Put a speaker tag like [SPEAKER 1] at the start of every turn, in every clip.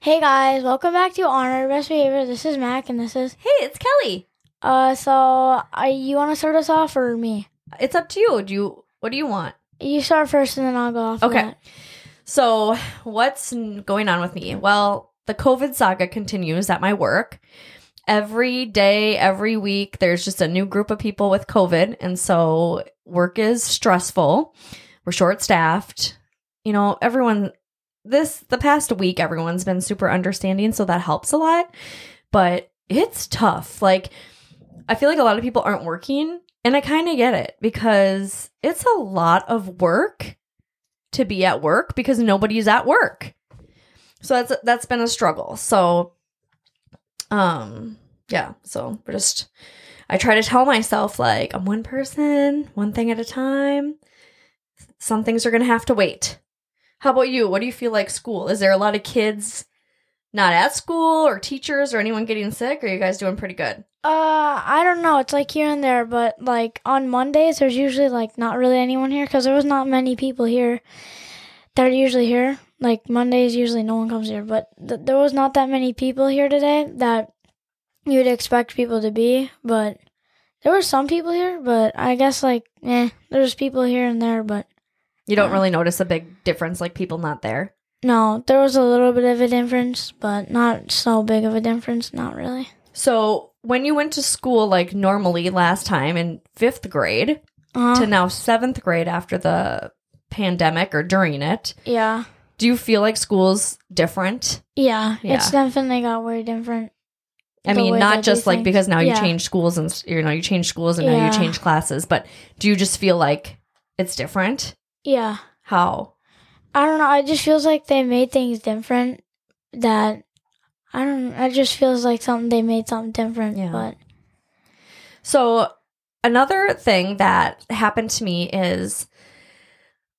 [SPEAKER 1] Hey guys, welcome back to Honor Best Behavior. This is Mac and this is
[SPEAKER 2] Hey, it's Kelly.
[SPEAKER 1] uh so uh, you want to start us off or me?
[SPEAKER 2] It's up to you. Do you what do you want?
[SPEAKER 1] You start first and then I'll go off. of
[SPEAKER 2] Okay.
[SPEAKER 1] that.
[SPEAKER 2] So, what's n- going on with me? Well, the COVID saga continues at my work. Every day, every week, there's just a new group of people with COVID. And so, work is stressful. We're short staffed. You know, everyone, this, the past week, everyone's been super understanding. So, that helps a lot. But it's tough. Like, I feel like a lot of people aren't working. And I kind of get it because it's a lot of work to be at work because nobody's at work. So that's that's been a struggle. So um yeah, so we're just I try to tell myself like I'm one person, one thing at a time. Some things are going to have to wait. How about you? What do you feel like school? Is there a lot of kids not at school or teachers or anyone getting sick? Or are you guys doing pretty good?
[SPEAKER 1] Uh I don't know, it's like here and there, but like on Mondays there's usually like not really anyone here cuz there was not many people here that are usually here. Like Mondays usually no one comes here, but th- there was not that many people here today that you'd expect people to be, but there were some people here, but I guess like eh, there's people here and there, but
[SPEAKER 2] You don't
[SPEAKER 1] Uh.
[SPEAKER 2] really notice a big difference like people not there.
[SPEAKER 1] No, there was a little bit of a difference, but not so big of a difference. Not really.
[SPEAKER 2] So when you went to school like normally last time in fifth grade,
[SPEAKER 1] Uh,
[SPEAKER 2] to now seventh grade after the pandemic or during it.
[SPEAKER 1] yeah.
[SPEAKER 2] Do you feel like school's different?
[SPEAKER 1] yeah,
[SPEAKER 2] Yeah.
[SPEAKER 1] It's definitely got way different.
[SPEAKER 2] I
[SPEAKER 1] The
[SPEAKER 2] mean,
[SPEAKER 1] way they
[SPEAKER 2] not
[SPEAKER 1] do
[SPEAKER 2] just like
[SPEAKER 1] things.
[SPEAKER 2] because now you
[SPEAKER 1] Yeah.
[SPEAKER 2] change schools and s- you know you change schools and now
[SPEAKER 1] Yeah.
[SPEAKER 2] you change classes, but do you just feel like it's different?
[SPEAKER 1] Yeah,
[SPEAKER 2] How?
[SPEAKER 1] I don't know. It just feels like they made things different. That I don't. It just feels like something they made something different.
[SPEAKER 2] Yeah.
[SPEAKER 1] But
[SPEAKER 2] So, another thing that happened to me is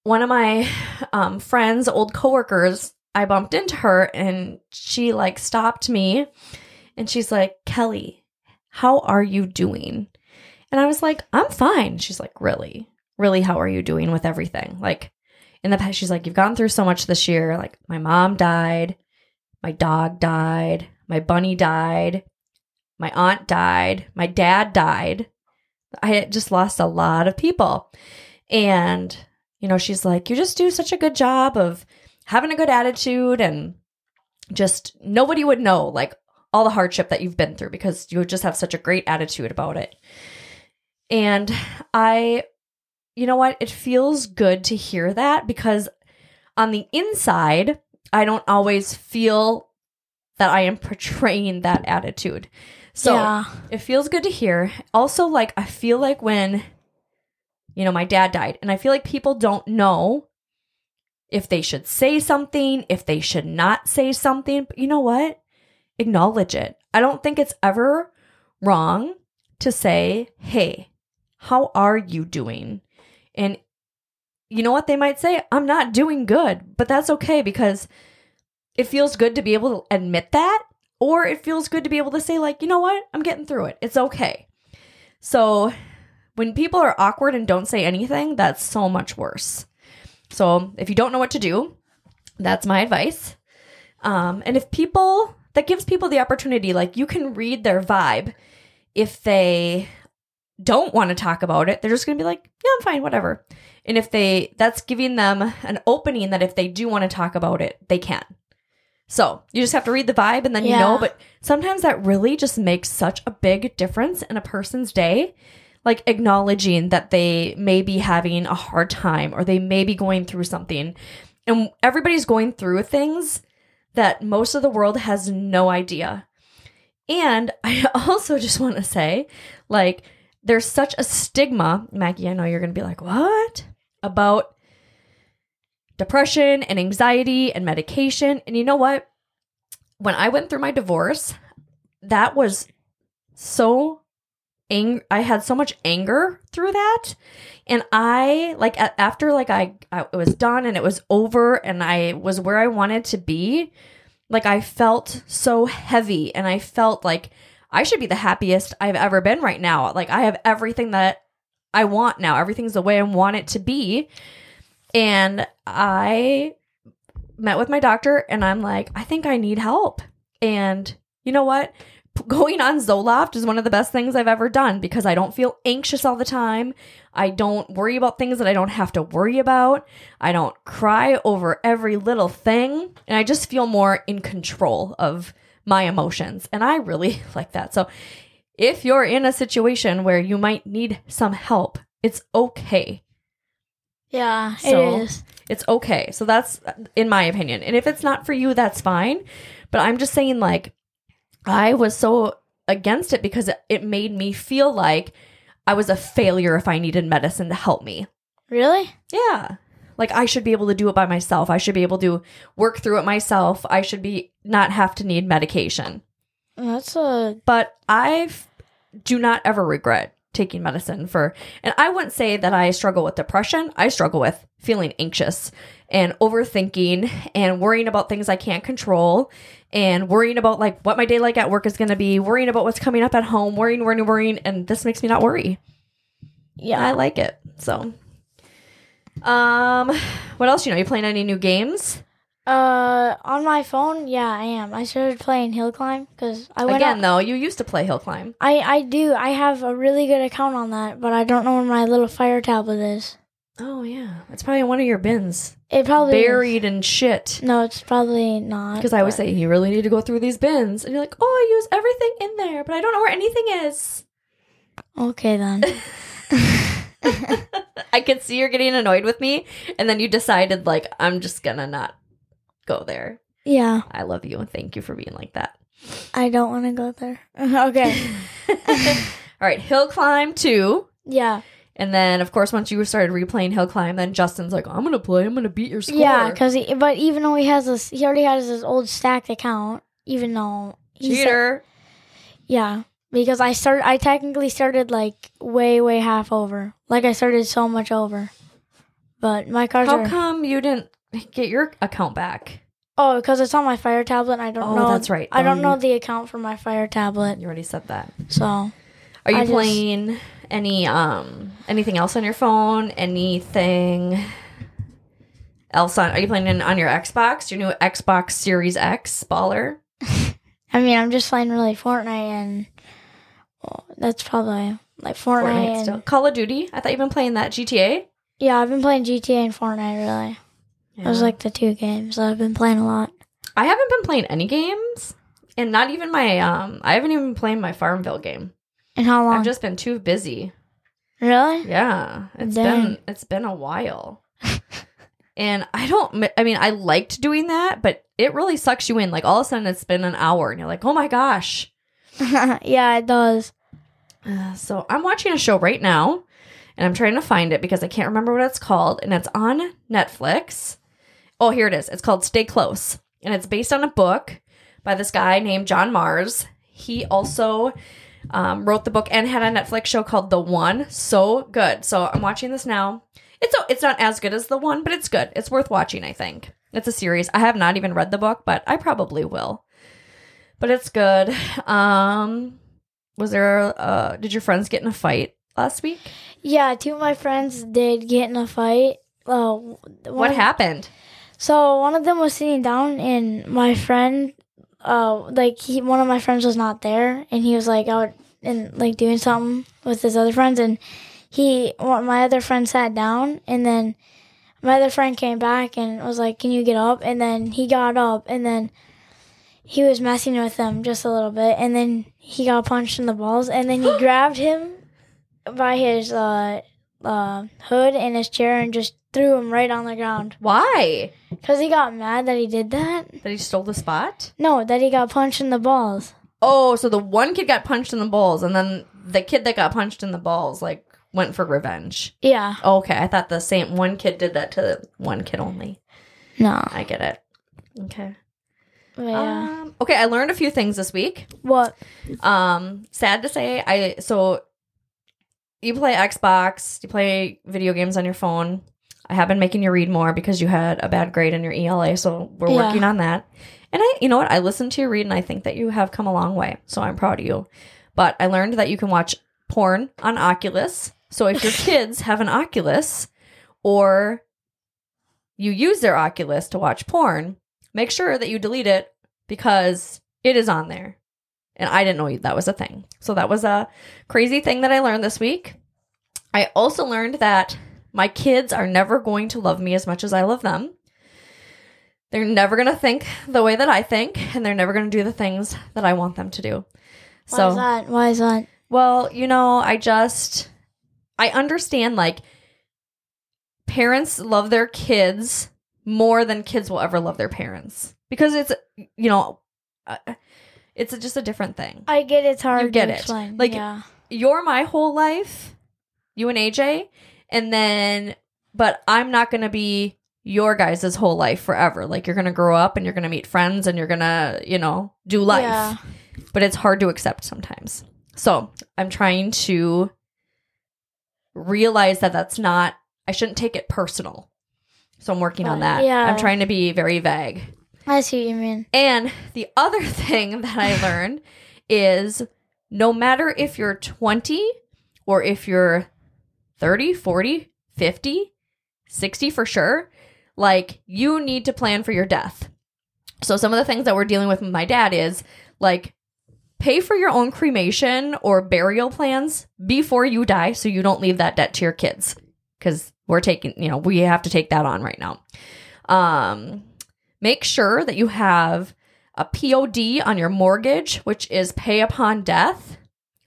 [SPEAKER 2] one of my um, friends, old coworkers, I bumped into her and she like stopped me and she's like, Kelly, how are you doing? And I was like, I'm fine. She's like, Really? Really, how are you doing with everything? Like, in the past, she's like, You've gone through so much this year. Like, my mom died, my dog died, my bunny died, my aunt died, my dad died. I had just lost a lot of people. And, you know, she's like, you just do such a good job of having a good attitude and just nobody would know like all the hardship that you've been through because you just have such a great attitude about it. And I, you know what? It feels good to hear that because on the inside, I don't always feel that I am portraying that attitude. So,
[SPEAKER 1] yeah,
[SPEAKER 2] it feels good to hear. Also, like, I feel like when, you know, my dad died, and I feel like people don't know if they should say something, if they should not say something. But you know what? Acknowledge it. I don't think it's ever wrong to say, hey, how are you doing? And you know what they might say? I'm not doing good, but that's okay because it feels good to be able to admit that or it feels good to be able to say like you know what i'm getting through it it's okay so when people are awkward and don't say anything that's so much worse so if you don't know what to do that's my advice um, and if people that gives people the opportunity like you can read their vibe if they don't want to talk about it they're just going to be like yeah i'm fine whatever and if they that's giving them an opening that if they do want to talk about it they can so you just have to read the vibe and then you know
[SPEAKER 1] Yeah.
[SPEAKER 2] but sometimes that really just makes such a big difference in a person's day like acknowledging that they may be having a hard time or they may be going through something and everybody's going through things that most of the world has no idea and I also just want to say, like, there's such a stigma, Maggie. I know you're going to be like, what? About depression and anxiety and medication. And you know what? When I went through my divorce, that was so ang- I had so much anger through that. And I like a- after like I, I it was done and it was over and I was where I wanted to be, like I felt so heavy and I felt like I should be the happiest I've ever been right now. Like I have everything that I want now. Everything's the way I want it to be. And I met with my doctor and I'm like, I think I need help. And you know what? P- Going on Zoloft is one of the best things I've ever done because I don't feel anxious all the time. I don't worry about things that I don't have to worry about. I don't cry over every little thing. And I just feel more in control of my emotions. And I really like that. So if you're in a situation where you might need some help, it's okay.
[SPEAKER 1] Yeah,
[SPEAKER 2] So-
[SPEAKER 1] it is.
[SPEAKER 2] It's okay. So that's uh, in my opinion. And if it's not for you, that's fine. But I'm just saying, like, I was so against it because it- it made me feel like I was a failure if I needed medicine to help me.
[SPEAKER 1] Really?
[SPEAKER 2] Yeah. Like I should be able to do it by myself. I should be able to work through it myself. I should be not have to need medication.
[SPEAKER 1] That's a
[SPEAKER 2] But I do not ever regret taking medicine for and I wouldn't say that I struggle with depression. I struggle with feeling anxious and overthinking and worrying about things I can't control and worrying about like what my day like at work is going to be, worrying about what's coming up at home, worrying, worrying, worrying and this makes me not worry. I
[SPEAKER 1] yeah.
[SPEAKER 2] like it. So, um, what else? You know, you playing any new games?
[SPEAKER 1] Uh, on my phone, yeah, I am. I started playing hill climb because I went.
[SPEAKER 2] Again,
[SPEAKER 1] on-
[SPEAKER 2] though, you used to play hill climb.
[SPEAKER 1] I I do. I have a really good account on that, but I don't know where my little fire tablet is.
[SPEAKER 2] Oh yeah, it's probably in one of your bins,
[SPEAKER 1] It probably is.
[SPEAKER 2] buried in shit.
[SPEAKER 1] No, it's probably not.
[SPEAKER 2] Because I always
[SPEAKER 1] but-
[SPEAKER 2] say you really need to go through these bins, and you're like, oh, I use everything in there, but I don't know where anything is.
[SPEAKER 1] okay then.
[SPEAKER 2] I could see you're getting annoyed with me, and then you decided like I'm just gonna not go there.
[SPEAKER 1] yeah,
[SPEAKER 2] I love you, and thank you for being like that.
[SPEAKER 1] I don't want to go there. okay.
[SPEAKER 2] All right, hill climb two.
[SPEAKER 1] Yeah.
[SPEAKER 2] And then, of course, once you started replaying Hill Climb, then Justin's like, I'm going to play. I'm going to beat your score.
[SPEAKER 1] Yeah, 'cause Yeah, because but even though he has this, he already has his old stacked account. Even though he said-
[SPEAKER 2] Cheater.
[SPEAKER 1] yeah, because I started, I technically started like way, way half over. Like I started so much over, but my cards
[SPEAKER 2] How
[SPEAKER 1] are
[SPEAKER 2] come you didn't get your account back?
[SPEAKER 1] oh, because it's on my Fire tablet. And I don't
[SPEAKER 2] Oh,
[SPEAKER 1] know.
[SPEAKER 2] that's right.
[SPEAKER 1] I
[SPEAKER 2] Oh,
[SPEAKER 1] don't
[SPEAKER 2] you-
[SPEAKER 1] know the account for my Fire tablet,
[SPEAKER 2] You already said that.
[SPEAKER 1] so
[SPEAKER 2] Are you
[SPEAKER 1] I just-
[SPEAKER 2] playing any um anything else on your phone? Anything else on? Are you playing in, on your Xbox? Your new Xbox Series X baller?
[SPEAKER 1] I mean, I'm just playing really Fortnite, and well, that's probably like Fortnite.
[SPEAKER 2] Fortnite
[SPEAKER 1] and,
[SPEAKER 2] still. Call of Duty. I thought you've been playing that GTA.
[SPEAKER 1] Yeah, I've been playing GTA and Fortnite. Really, those
[SPEAKER 2] Yeah.
[SPEAKER 1] are like the two games that I've been playing a lot.
[SPEAKER 2] I haven't been playing any games, and not even my um. I haven't even been playing my Farmville game.
[SPEAKER 1] And how long?
[SPEAKER 2] I've just been too busy.
[SPEAKER 1] really?
[SPEAKER 2] Yeah, it's
[SPEAKER 1] Dang.
[SPEAKER 2] been it's been a while. and I don't mi- I mean I liked doing that, but it really sucks you in. Like all of a sudden it's been an hour and you're like, "Oh my gosh."
[SPEAKER 1] yeah, it does.
[SPEAKER 2] Uh, so I'm watching a show right now and I'm trying to find it because I can't remember what it's called and it's on Netflix. Oh, here it is. It's called Stay Close and it's based on a book by this guy named John Mars. He also um, wrote the book and had a Netflix show called The One. So good. So I'm watching this now. It's it's not as good as The One, but it's good. It's worth watching. I think it's a series. I have not even read the book, but I probably will. But it's good. Um, was there? Uh, did your friends get in a fight last week?
[SPEAKER 1] Yeah, two of my friends did get in a fight. Uh,
[SPEAKER 2] What happened?
[SPEAKER 1] So one of them was sitting down, and my friend, uh, like he, one of my friends was not there, and he was like out and like doing something with his other friends, and he, one- my other friend sat down, and then my other friend came back and was like, "Can you get up?" And then he got up, and then he was messing with them just a little bit, and then he got punched in the balls, and then he grabbed him by his uh, uh, hood and his chair and just threw him right on the ground.
[SPEAKER 2] Why?
[SPEAKER 1] Because he got mad that he did that?
[SPEAKER 2] That he stole the spot?
[SPEAKER 1] No, that he got punched in the balls.
[SPEAKER 2] Oh, so the one kid got punched in the balls, and then the kid that got punched in the balls like went for revenge.
[SPEAKER 1] Yeah.
[SPEAKER 2] Okay, I thought the same one kid did that to the one kid only.
[SPEAKER 1] No.
[SPEAKER 2] I get it. Okay.
[SPEAKER 1] But yeah.
[SPEAKER 2] Um, okay, I learned a few things this week.
[SPEAKER 1] what?
[SPEAKER 2] Um, sad to say, I so you play Xbox, you play video games on your phone. I have been making you read more because you had a bad grade in your ELA, so we're
[SPEAKER 1] Yeah.
[SPEAKER 2] working on that. And I, you know what, I listened to you read, and I think that you have come a long way. So I'm proud of you. But I learned that you can watch porn on Oculus. So if your kids have an Oculus, or you use their Oculus to watch porn, make sure that you delete it because it is on there. And I didn't know that was a thing. So that was a crazy thing that I learned this week. I also learned that my kids are never going to love me as much as I love them. They're never going to think the way that I think, and they're never going to do the things that I want them to do.
[SPEAKER 1] Why
[SPEAKER 2] so
[SPEAKER 1] is that? Why is that?
[SPEAKER 2] well, you know, I just I understand like parents love their kids more than kids will ever love their parents because it's you know uh, it's just a different thing.
[SPEAKER 1] I get it's hard
[SPEAKER 2] get
[SPEAKER 1] to
[SPEAKER 2] it.
[SPEAKER 1] explain.
[SPEAKER 2] Like-
[SPEAKER 1] yeah.
[SPEAKER 2] You're my whole life, you and AJ, and then but I'm not going to be your guys' whole life forever. Like you're going to grow up and you're going to meet friends and you're going to, you know, do life
[SPEAKER 1] Yeah.
[SPEAKER 2] but it's hard to accept sometimes. So I'm trying to realize that that's not, I shouldn't take it personal. So I'm working on that.
[SPEAKER 1] Yeah.
[SPEAKER 2] I'm trying to be very vague.
[SPEAKER 1] I see what you mean.
[SPEAKER 2] And the other thing that I learned is no matter if you're 20 or if you're 30, 40, 50, 60 for sure, like you need to plan for your death. So some of the things that we're dealing with with my dad is like pay for your own cremation or burial plans before you die so you don't leave that debt to your kids cuz we're taking, you know, we have to take that on right now. Um make sure that you have a POD on your mortgage, which is pay upon death,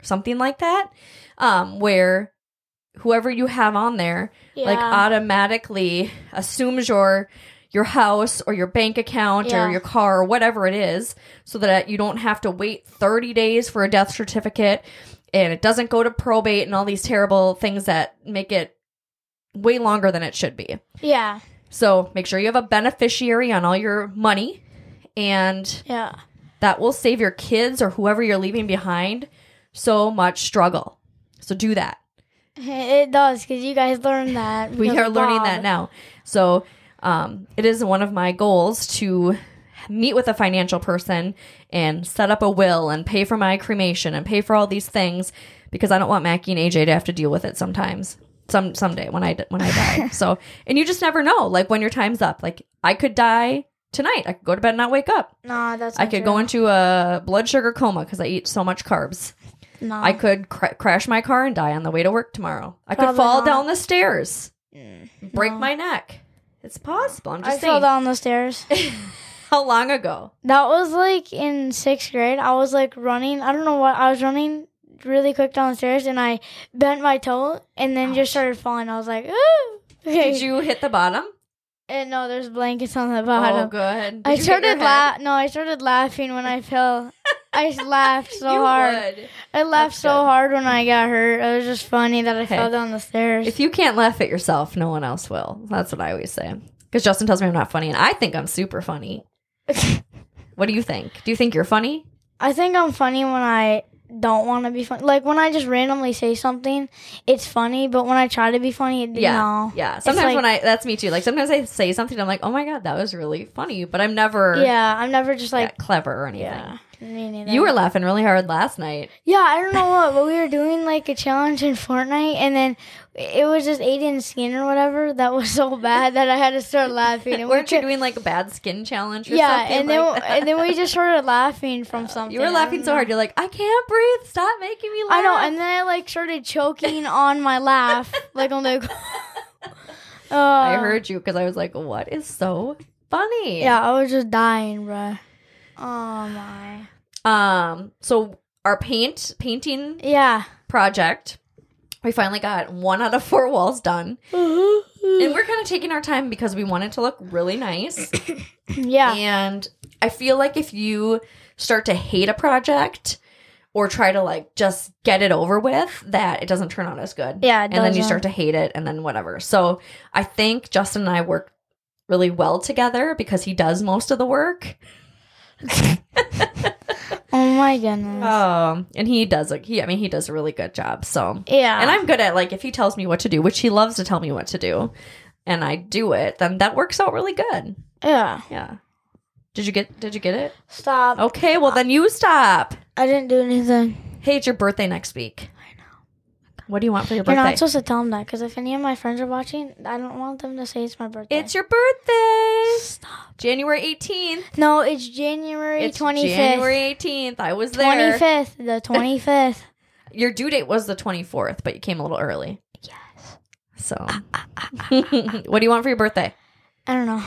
[SPEAKER 2] something like that, um, where whoever you have on there
[SPEAKER 1] Yeah.
[SPEAKER 2] like automatically assumes your your house or your bank account
[SPEAKER 1] Yeah.
[SPEAKER 2] or your car or whatever it is so that you don't have to wait 30 days for a death certificate and it doesn't go to probate and all these terrible things that make it way longer than it should be.
[SPEAKER 1] yeah.
[SPEAKER 2] So make sure you have a beneficiary on all your money, and
[SPEAKER 1] Yeah.
[SPEAKER 2] that will save your kids or whoever you're leaving behind so much struggle. So do that.
[SPEAKER 1] It does because you guys learned that.
[SPEAKER 2] We
[SPEAKER 1] because
[SPEAKER 2] are
[SPEAKER 1] of
[SPEAKER 2] learning
[SPEAKER 1] Bob.
[SPEAKER 2] that now. So um, it is one of my goals to meet with a financial person and set up a will and pay for my cremation and pay for all these things because I don't want Mackie and AJ to have to deal with it sometimes. Some someday when I d- when I die. so and you just never know. Like when your time's up. Like I could die tonight. I could go to bed and not wake up.
[SPEAKER 1] No, that's.
[SPEAKER 2] I
[SPEAKER 1] not
[SPEAKER 2] could
[SPEAKER 1] true.
[SPEAKER 2] go into a blood sugar coma because I eat so much carbs.
[SPEAKER 1] No.
[SPEAKER 2] I could cra- crash my car and die on the way to work tomorrow. I could
[SPEAKER 1] Uh-huh. Probably
[SPEAKER 2] fall
[SPEAKER 1] not.
[SPEAKER 2] down the stairs
[SPEAKER 1] Mm.
[SPEAKER 2] break
[SPEAKER 1] No.
[SPEAKER 2] my neck. It's possible. I'm
[SPEAKER 1] I
[SPEAKER 2] just
[SPEAKER 1] fell
[SPEAKER 2] saying.
[SPEAKER 1] down the stairs.
[SPEAKER 2] How long ago?
[SPEAKER 1] That was like in sixth grade. I was like running. I don't know what I was running really quick downstairs, and I bent my toe, and then just started falling. I was like, "Ooh!"
[SPEAKER 2] Did you hit the bottom?
[SPEAKER 1] And no, there's blankets on the
[SPEAKER 2] Oh,
[SPEAKER 1] bottom.
[SPEAKER 2] good. Did
[SPEAKER 1] I
[SPEAKER 2] you hit your
[SPEAKER 1] started
[SPEAKER 2] head?
[SPEAKER 1] laugh. No, I started laughing when I fell. I laughed so
[SPEAKER 2] You
[SPEAKER 1] hard.
[SPEAKER 2] would.
[SPEAKER 1] I laughed
[SPEAKER 2] That's
[SPEAKER 1] so
[SPEAKER 2] good.
[SPEAKER 1] hard when I got hurt. It was just funny that I
[SPEAKER 2] Okay.
[SPEAKER 1] fell down the stairs.
[SPEAKER 2] If you can't laugh at yourself, no one else will. That's what I always say. Because Justin tells me I'm not funny, and I think I'm super funny. what do you think? Do you think you're funny?
[SPEAKER 1] I think I'm funny when I don't want to be funny. Like when I just randomly say something, it's funny. But when I try to be funny, it,
[SPEAKER 2] Yeah.
[SPEAKER 1] no.
[SPEAKER 2] Yeah.
[SPEAKER 1] It's
[SPEAKER 2] Sometimes
[SPEAKER 1] like-
[SPEAKER 2] when I, that's me too. Like sometimes I say something, I'm like, oh my God, that was really funny, but I'm never
[SPEAKER 1] Yeah, I'm never just
[SPEAKER 2] that
[SPEAKER 1] like
[SPEAKER 2] clever or anything.
[SPEAKER 1] yeah. me neither.
[SPEAKER 2] You were laughing really hard last night.
[SPEAKER 1] yeah. I don't know what, but we were doing like a challenge in Fortnite, and then it was just Aiden's skin or whatever that was so bad that I had to start laughing. And we
[SPEAKER 2] Weren't you
[SPEAKER 1] could-
[SPEAKER 2] doing like a bad skin challenge or
[SPEAKER 1] Yeah,
[SPEAKER 2] something?
[SPEAKER 1] and then
[SPEAKER 2] like that?
[SPEAKER 1] and then we just started laughing from something.
[SPEAKER 2] You were laughing so hard. You're like, I can't breathe. Stop making me laugh.
[SPEAKER 1] I know, and then I like started choking on my laugh, like I'm like. uh,
[SPEAKER 2] I heard you because I was like, what is so funny?
[SPEAKER 1] Yeah, I was just dying, bruh. Oh my.
[SPEAKER 2] Um. So our paint painting
[SPEAKER 1] Yeah.
[SPEAKER 2] project, we finally got one out of four walls done, and
[SPEAKER 1] yeah.
[SPEAKER 2] we're kind of taking our time because we want it to look really nice.
[SPEAKER 1] Yeah.
[SPEAKER 2] And I feel like if you start to hate a project or try to like just get it over with, that it doesn't turn out as good.
[SPEAKER 1] Yeah, it
[SPEAKER 2] And then you
[SPEAKER 1] doesn't.
[SPEAKER 2] start to hate it and then whatever. So I think Justin and I work really well together because he does most of the work.
[SPEAKER 1] Oh my goodness.
[SPEAKER 2] Um and he does like he I mean he does a really good job. So
[SPEAKER 1] yeah.
[SPEAKER 2] and I'm good at like if he tells me what to do, which he loves to tell me what to do, and I do it, then that works out really good.
[SPEAKER 1] yeah.
[SPEAKER 2] Yeah. Did you get did you get it?
[SPEAKER 1] Stop.
[SPEAKER 2] Okay, well then you stop.
[SPEAKER 1] I didn't do anything.
[SPEAKER 2] Hey, it's your birthday next week. I know. What do you want for your
[SPEAKER 1] You're
[SPEAKER 2] birthday?
[SPEAKER 1] not supposed to tell them that because if any of my friends are watching, I don't want them to say it's my birthday.
[SPEAKER 2] it's your birthday.
[SPEAKER 1] Stop.
[SPEAKER 2] January 18th.
[SPEAKER 1] No, it's January
[SPEAKER 2] It's
[SPEAKER 1] twenty
[SPEAKER 2] January
[SPEAKER 1] fifth.
[SPEAKER 2] 18th. I was there.
[SPEAKER 1] Twenty fifth. The twenty fifth.
[SPEAKER 2] Your due date was the 24th, but you came a little early.
[SPEAKER 1] yes.
[SPEAKER 2] So, what do you want for your birthday?
[SPEAKER 1] I don't know.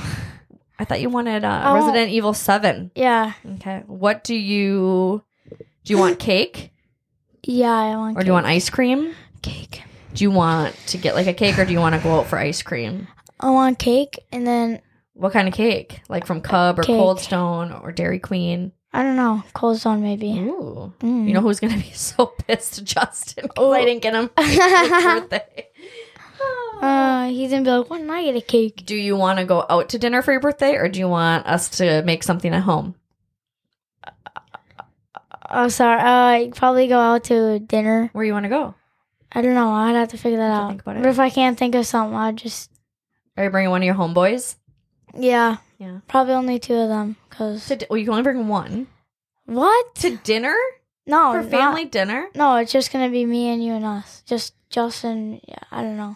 [SPEAKER 2] I thought you wanted uh,
[SPEAKER 1] Oh.
[SPEAKER 2] Resident Evil 7.
[SPEAKER 1] Yeah.
[SPEAKER 2] Okay. What do you do? You want cake
[SPEAKER 1] Yeah, I want.
[SPEAKER 2] or do you want ice cream?
[SPEAKER 1] cake?
[SPEAKER 2] Do you want to get like a cake or do you want to go out for ice cream?
[SPEAKER 1] I want cake, and then
[SPEAKER 2] What kind of cake? Like from Cub or
[SPEAKER 1] Cake.
[SPEAKER 2] Cold Stone or Dairy Queen?
[SPEAKER 1] I don't know. Cold Stone maybe.
[SPEAKER 2] Ooh.
[SPEAKER 1] Mm.
[SPEAKER 2] You know who's going to be so pissed? Justin. 'cause I
[SPEAKER 1] Oh.
[SPEAKER 2] didn't get him his birthday.
[SPEAKER 1] Uh, he's gonna be like, "Why didn't I get a cake?"
[SPEAKER 2] do you want to go out to dinner for your birthday or do you want us to make something at home?
[SPEAKER 1] Oh, sorry. Uh, I'd probably go out to dinner.
[SPEAKER 2] Where you want to go?
[SPEAKER 1] I don't know. I'd have to figure that
[SPEAKER 2] Have to
[SPEAKER 1] out.
[SPEAKER 2] think about it.
[SPEAKER 1] But if I can't think of something, I'll just
[SPEAKER 2] Are you bringing one of your homeboys?
[SPEAKER 1] yeah.
[SPEAKER 2] Yeah.
[SPEAKER 1] Probably only two of them. Cause
[SPEAKER 2] To di- well, you can only bring one
[SPEAKER 1] what?
[SPEAKER 2] to dinner
[SPEAKER 1] No,
[SPEAKER 2] for
[SPEAKER 1] Oh, not-
[SPEAKER 2] family dinner.
[SPEAKER 1] no, it's just gonna be me and you and us. Just Justin. Yeah, I don't know.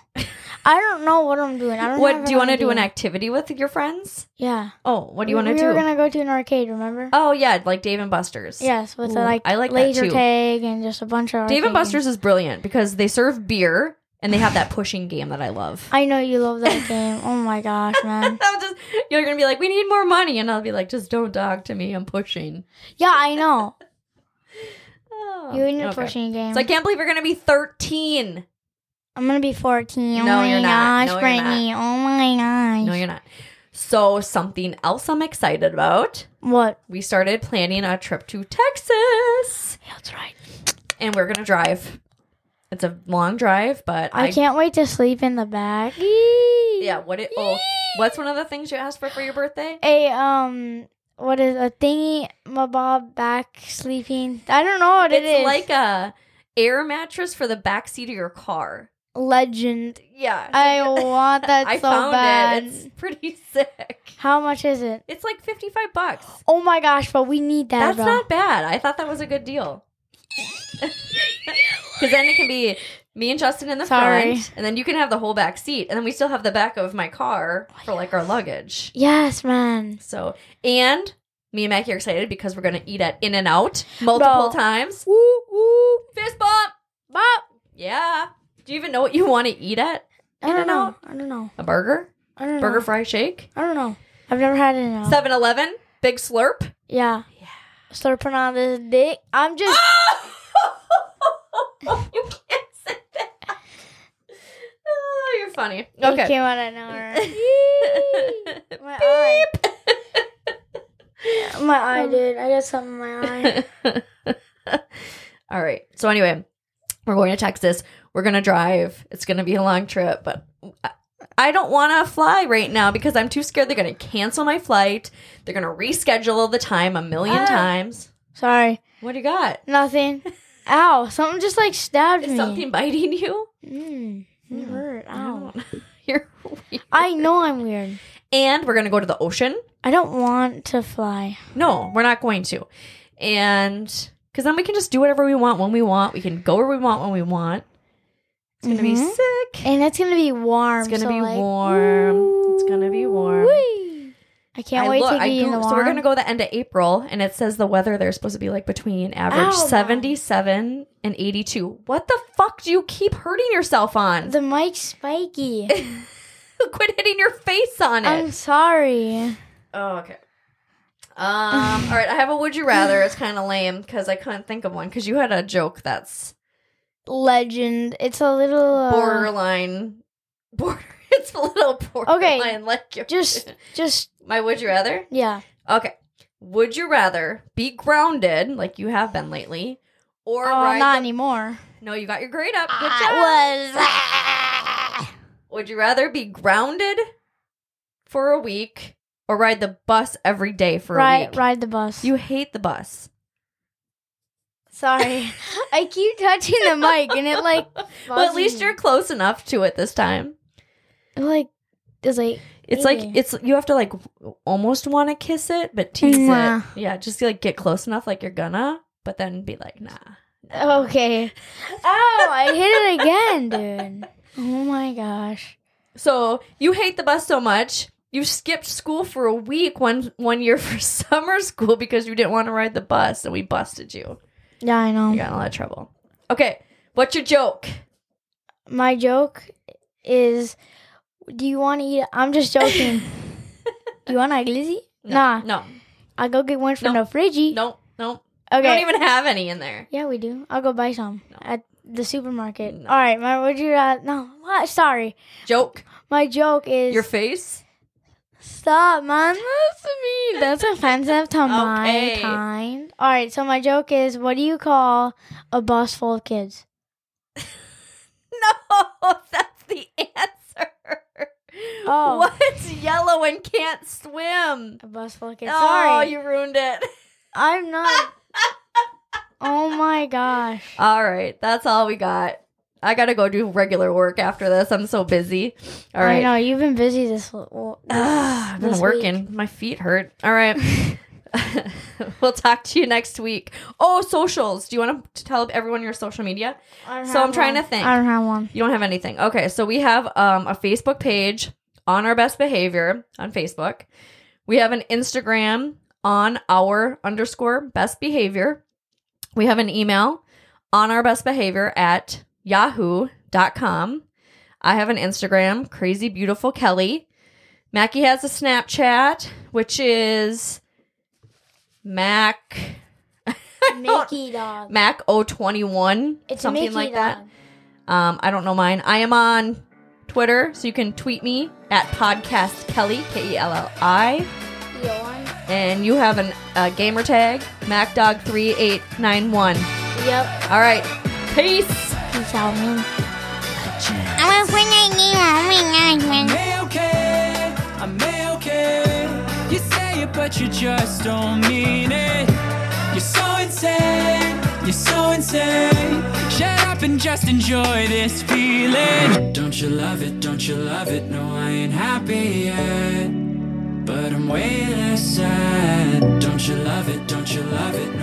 [SPEAKER 1] I don't know what I'm doing. I don't. know
[SPEAKER 2] What do you
[SPEAKER 1] want to
[SPEAKER 2] do? An activity with your friends?
[SPEAKER 1] Yeah.
[SPEAKER 2] Oh, what do you want
[SPEAKER 1] to
[SPEAKER 2] to
[SPEAKER 1] we
[SPEAKER 2] do?
[SPEAKER 1] were gonna go to an arcade. Remember?
[SPEAKER 2] Oh yeah, like Dave and Buster's.
[SPEAKER 1] yes, with the,
[SPEAKER 2] Ooh,
[SPEAKER 1] like
[SPEAKER 2] I like that
[SPEAKER 1] laser
[SPEAKER 2] too.
[SPEAKER 1] tag and just a bunch of
[SPEAKER 2] Dave
[SPEAKER 1] arcade
[SPEAKER 2] and Buster's
[SPEAKER 1] games.
[SPEAKER 2] is brilliant because they serve beer and they have that pushing game that I love.
[SPEAKER 1] I know you love that game. Oh my gosh, man.
[SPEAKER 2] I'm just, you're gonna be like, we need more money, and I'll be like, just don't talk to me. I'm pushing.
[SPEAKER 1] Yeah, I know.
[SPEAKER 2] Oh,
[SPEAKER 1] You and your
[SPEAKER 2] okay.
[SPEAKER 1] pushing game.
[SPEAKER 2] So I can't believe you're gonna be 13.
[SPEAKER 1] I'm gonna be 14.
[SPEAKER 2] No,
[SPEAKER 1] oh my
[SPEAKER 2] you're not.
[SPEAKER 1] gosh,
[SPEAKER 2] No, you're not.
[SPEAKER 1] Brittany. Oh my gosh.
[SPEAKER 2] No, you're not. So something else I'm excited about.
[SPEAKER 1] what?
[SPEAKER 2] We started planning a trip to Texas,
[SPEAKER 1] That's right.
[SPEAKER 2] and we're gonna drive. It's a long drive, but
[SPEAKER 1] I,
[SPEAKER 2] I
[SPEAKER 1] can't wait to sleep in the back.
[SPEAKER 2] Yeah, what it oh, what's one of the things you asked for for your birthday?
[SPEAKER 1] A um, what is a thingy? My bob back sleeping. I don't know what
[SPEAKER 2] it's
[SPEAKER 1] it is.
[SPEAKER 2] like a air mattress for the back seat of your car.
[SPEAKER 1] legend.
[SPEAKER 2] Yeah.
[SPEAKER 1] I want that
[SPEAKER 2] I
[SPEAKER 1] so
[SPEAKER 2] found
[SPEAKER 1] bad.
[SPEAKER 2] it. It's pretty sick.
[SPEAKER 1] How much is it?
[SPEAKER 2] It's like 55 bucks.
[SPEAKER 1] Oh my gosh, but we need that.
[SPEAKER 2] That's
[SPEAKER 1] bro.
[SPEAKER 2] not bad. I thought that was a good deal. Cuz then it can be me and Justin in the
[SPEAKER 1] Sorry.
[SPEAKER 2] front and then you can have the whole back seat and then we still have the back of my car for like our luggage.
[SPEAKER 1] Yes, man.
[SPEAKER 2] So, and me and Mackie are excited because we're gonna eat at In and Out multiple
[SPEAKER 1] Bro.
[SPEAKER 2] times.
[SPEAKER 1] Woo woo.
[SPEAKER 2] Fist bump, bump. Yeah. Do you even know what you want to eat at
[SPEAKER 1] I don't know.
[SPEAKER 2] In-N-Out.
[SPEAKER 1] I don't know.
[SPEAKER 2] a burger?
[SPEAKER 1] I don't
[SPEAKER 2] Burger
[SPEAKER 1] know.
[SPEAKER 2] fry shake?
[SPEAKER 1] I don't know. I've never had it. Now.
[SPEAKER 2] 7 Eleven? Big slurp?
[SPEAKER 1] Yeah.
[SPEAKER 2] Yeah. Ah!
[SPEAKER 1] Start putting on this dick. I'm just.
[SPEAKER 2] you can't say that. Oh, you're funny.
[SPEAKER 1] It
[SPEAKER 2] Okay.
[SPEAKER 1] came out of nowhere. My eye. My eye, dude. I got something in my eye.
[SPEAKER 2] All right. So anyway, we're going to Texas. We're gonna drive. It's gonna be a long trip, but I- I don't want to fly right now because I'm too scared they're gonna cancel my flight. They're gonna reschedule the time a million
[SPEAKER 1] Ah.
[SPEAKER 2] times.
[SPEAKER 1] Sorry.
[SPEAKER 2] What do you got?
[SPEAKER 1] Nothing. Ow. Something just like stabbed
[SPEAKER 2] Is
[SPEAKER 1] me.
[SPEAKER 2] something biting you?
[SPEAKER 1] Mm, it
[SPEAKER 2] Hmm.
[SPEAKER 1] hurt. Ow.
[SPEAKER 2] don't- You're weird.
[SPEAKER 1] I know I'm weird.
[SPEAKER 2] And we're gonna go to the ocean.
[SPEAKER 1] I don't want to fly.
[SPEAKER 2] No, we're not going to. And because then we can just do whatever we want when we want. We can go where we want when we want. It's gonna be
[SPEAKER 1] Mhm.
[SPEAKER 2] sick.
[SPEAKER 1] And it's going to be warm.
[SPEAKER 2] It's gonna
[SPEAKER 1] so,
[SPEAKER 2] be
[SPEAKER 1] like,
[SPEAKER 2] warm. It's gonna be warm.
[SPEAKER 1] wee. I can't
[SPEAKER 2] I
[SPEAKER 1] wait
[SPEAKER 2] look-
[SPEAKER 1] to
[SPEAKER 2] I
[SPEAKER 1] be in
[SPEAKER 2] Goog-
[SPEAKER 1] the warm.
[SPEAKER 2] so we're gonna go the end of April, and it says the weather there's supposed to be like between average
[SPEAKER 1] Ow, Mom.
[SPEAKER 2] seventy-seven and eighty-two. What the fuck do you keep hurting yourself on?
[SPEAKER 1] The mic's spiky.
[SPEAKER 2] Quit hitting your face on it.
[SPEAKER 1] I'm sorry.
[SPEAKER 2] Oh, okay. Um, all right, I have a would you rather. It's kind of lame because I couldn't think of one because you had a joke that's
[SPEAKER 1] Legend. It's a little. Uh,
[SPEAKER 2] borderline, border. It's a little borderline like your
[SPEAKER 1] Just, just,
[SPEAKER 2] my would you rather.
[SPEAKER 1] yeah.
[SPEAKER 2] Okay, would you rather be grounded like you have been lately, or
[SPEAKER 1] Oh,
[SPEAKER 2] ride
[SPEAKER 1] not Ah,
[SPEAKER 2] the-
[SPEAKER 1] anymore.
[SPEAKER 2] no, you got your grade up. Good job.
[SPEAKER 1] I was.
[SPEAKER 2] Would you rather be grounded for a week or ride the bus every day for a
[SPEAKER 1] Ride,
[SPEAKER 2] week?
[SPEAKER 1] ride the bus.
[SPEAKER 2] You hate the bus.
[SPEAKER 1] Sorry, I keep touching the mic, and it like.
[SPEAKER 2] Well, at
[SPEAKER 1] buzzes
[SPEAKER 2] least
[SPEAKER 1] me.
[SPEAKER 2] you're close enough to it this time.
[SPEAKER 1] It, like. It's like
[SPEAKER 2] It's like
[SPEAKER 1] Maybe.
[SPEAKER 2] it's you have to like w- almost want to kiss it, but tease
[SPEAKER 1] Mwah.
[SPEAKER 2] it. Yeah, just like get close enough, like you're gonna, but then be like, nah,
[SPEAKER 1] Okay. Oh, I hit it again, dude. Oh my gosh.
[SPEAKER 2] So you hate the bus so much, you skipped school for a week one one year for summer school because you didn't want to ride the bus, and we busted you.
[SPEAKER 1] Yeah, I know.
[SPEAKER 2] You got in a lot of trouble. Okay, what's your joke?
[SPEAKER 1] My joke is do you want to eat? I'm just joking. do you want a glizzy? Nah,
[SPEAKER 2] No,
[SPEAKER 1] I'll go get one from
[SPEAKER 2] No.
[SPEAKER 1] the fridgey.
[SPEAKER 2] no, no.
[SPEAKER 1] okay.
[SPEAKER 2] We don't even have any in there.
[SPEAKER 1] yeah, we do. I'll go buy some
[SPEAKER 2] No.
[SPEAKER 1] at the supermarket.
[SPEAKER 2] No.
[SPEAKER 1] All right, my would you rather? No, what? Sorry.
[SPEAKER 2] Joke.
[SPEAKER 1] My joke is
[SPEAKER 2] Your face.
[SPEAKER 1] Stop, man. That's mean. That's offensive to my
[SPEAKER 2] Okay.
[SPEAKER 1] kind. All right, so my joke is what do you call a bus full of kids?
[SPEAKER 2] No, that's the answer.
[SPEAKER 1] Oh.
[SPEAKER 2] What's yellow and can't swim?
[SPEAKER 1] A bus full of kids.
[SPEAKER 2] Oh,
[SPEAKER 1] Sorry.
[SPEAKER 2] you ruined it.
[SPEAKER 1] I'm not. oh my gosh.
[SPEAKER 2] All right, that's all we got. I gotta go do regular work after this. I'm so busy. All
[SPEAKER 1] I
[SPEAKER 2] right.
[SPEAKER 1] know, you've been busy this. Well,
[SPEAKER 2] Ah, I've been
[SPEAKER 1] This
[SPEAKER 2] working. My feet hurt. All right. we'll talk to you next week. Oh, socials. Do you want to tell everyone your social media? So I'm trying to think.
[SPEAKER 1] I don't have one.
[SPEAKER 2] You don't have anything. Okay, so we have um, a Facebook page on our best behavior on Facebook. We have an Instagram on our underscore best behavior. We have an email on our best behavior at yahoo.com. I have an Instagram, Crazy Beautiful Kelly. Mackie has a Snapchat, which is Mac
[SPEAKER 1] Mickey dog.
[SPEAKER 2] Mac 021,
[SPEAKER 1] It's
[SPEAKER 2] something
[SPEAKER 1] Mickey
[SPEAKER 2] like
[SPEAKER 1] dog.
[SPEAKER 2] that. Um, I don't know mine. I am on Twitter, so you can tweet me at podcast Kelly K E L L I,
[SPEAKER 1] Yo, I'm-
[SPEAKER 2] and you have an, a gamer tag MacDog three eight nine one.
[SPEAKER 1] Yep.
[SPEAKER 2] All right, peace.
[SPEAKER 1] Peace out, man.
[SPEAKER 3] I'm a winner, I'm a winner, winner.
[SPEAKER 4] I'm okay, I'm okay. You say it, but you just don't mean it. You're so insane, you're so insane. Shut up and just enjoy this feeling. Don't you love it, don't you love it? No, I ain't happy yet. But I'm way less sad. Don't you love it, don't you love it?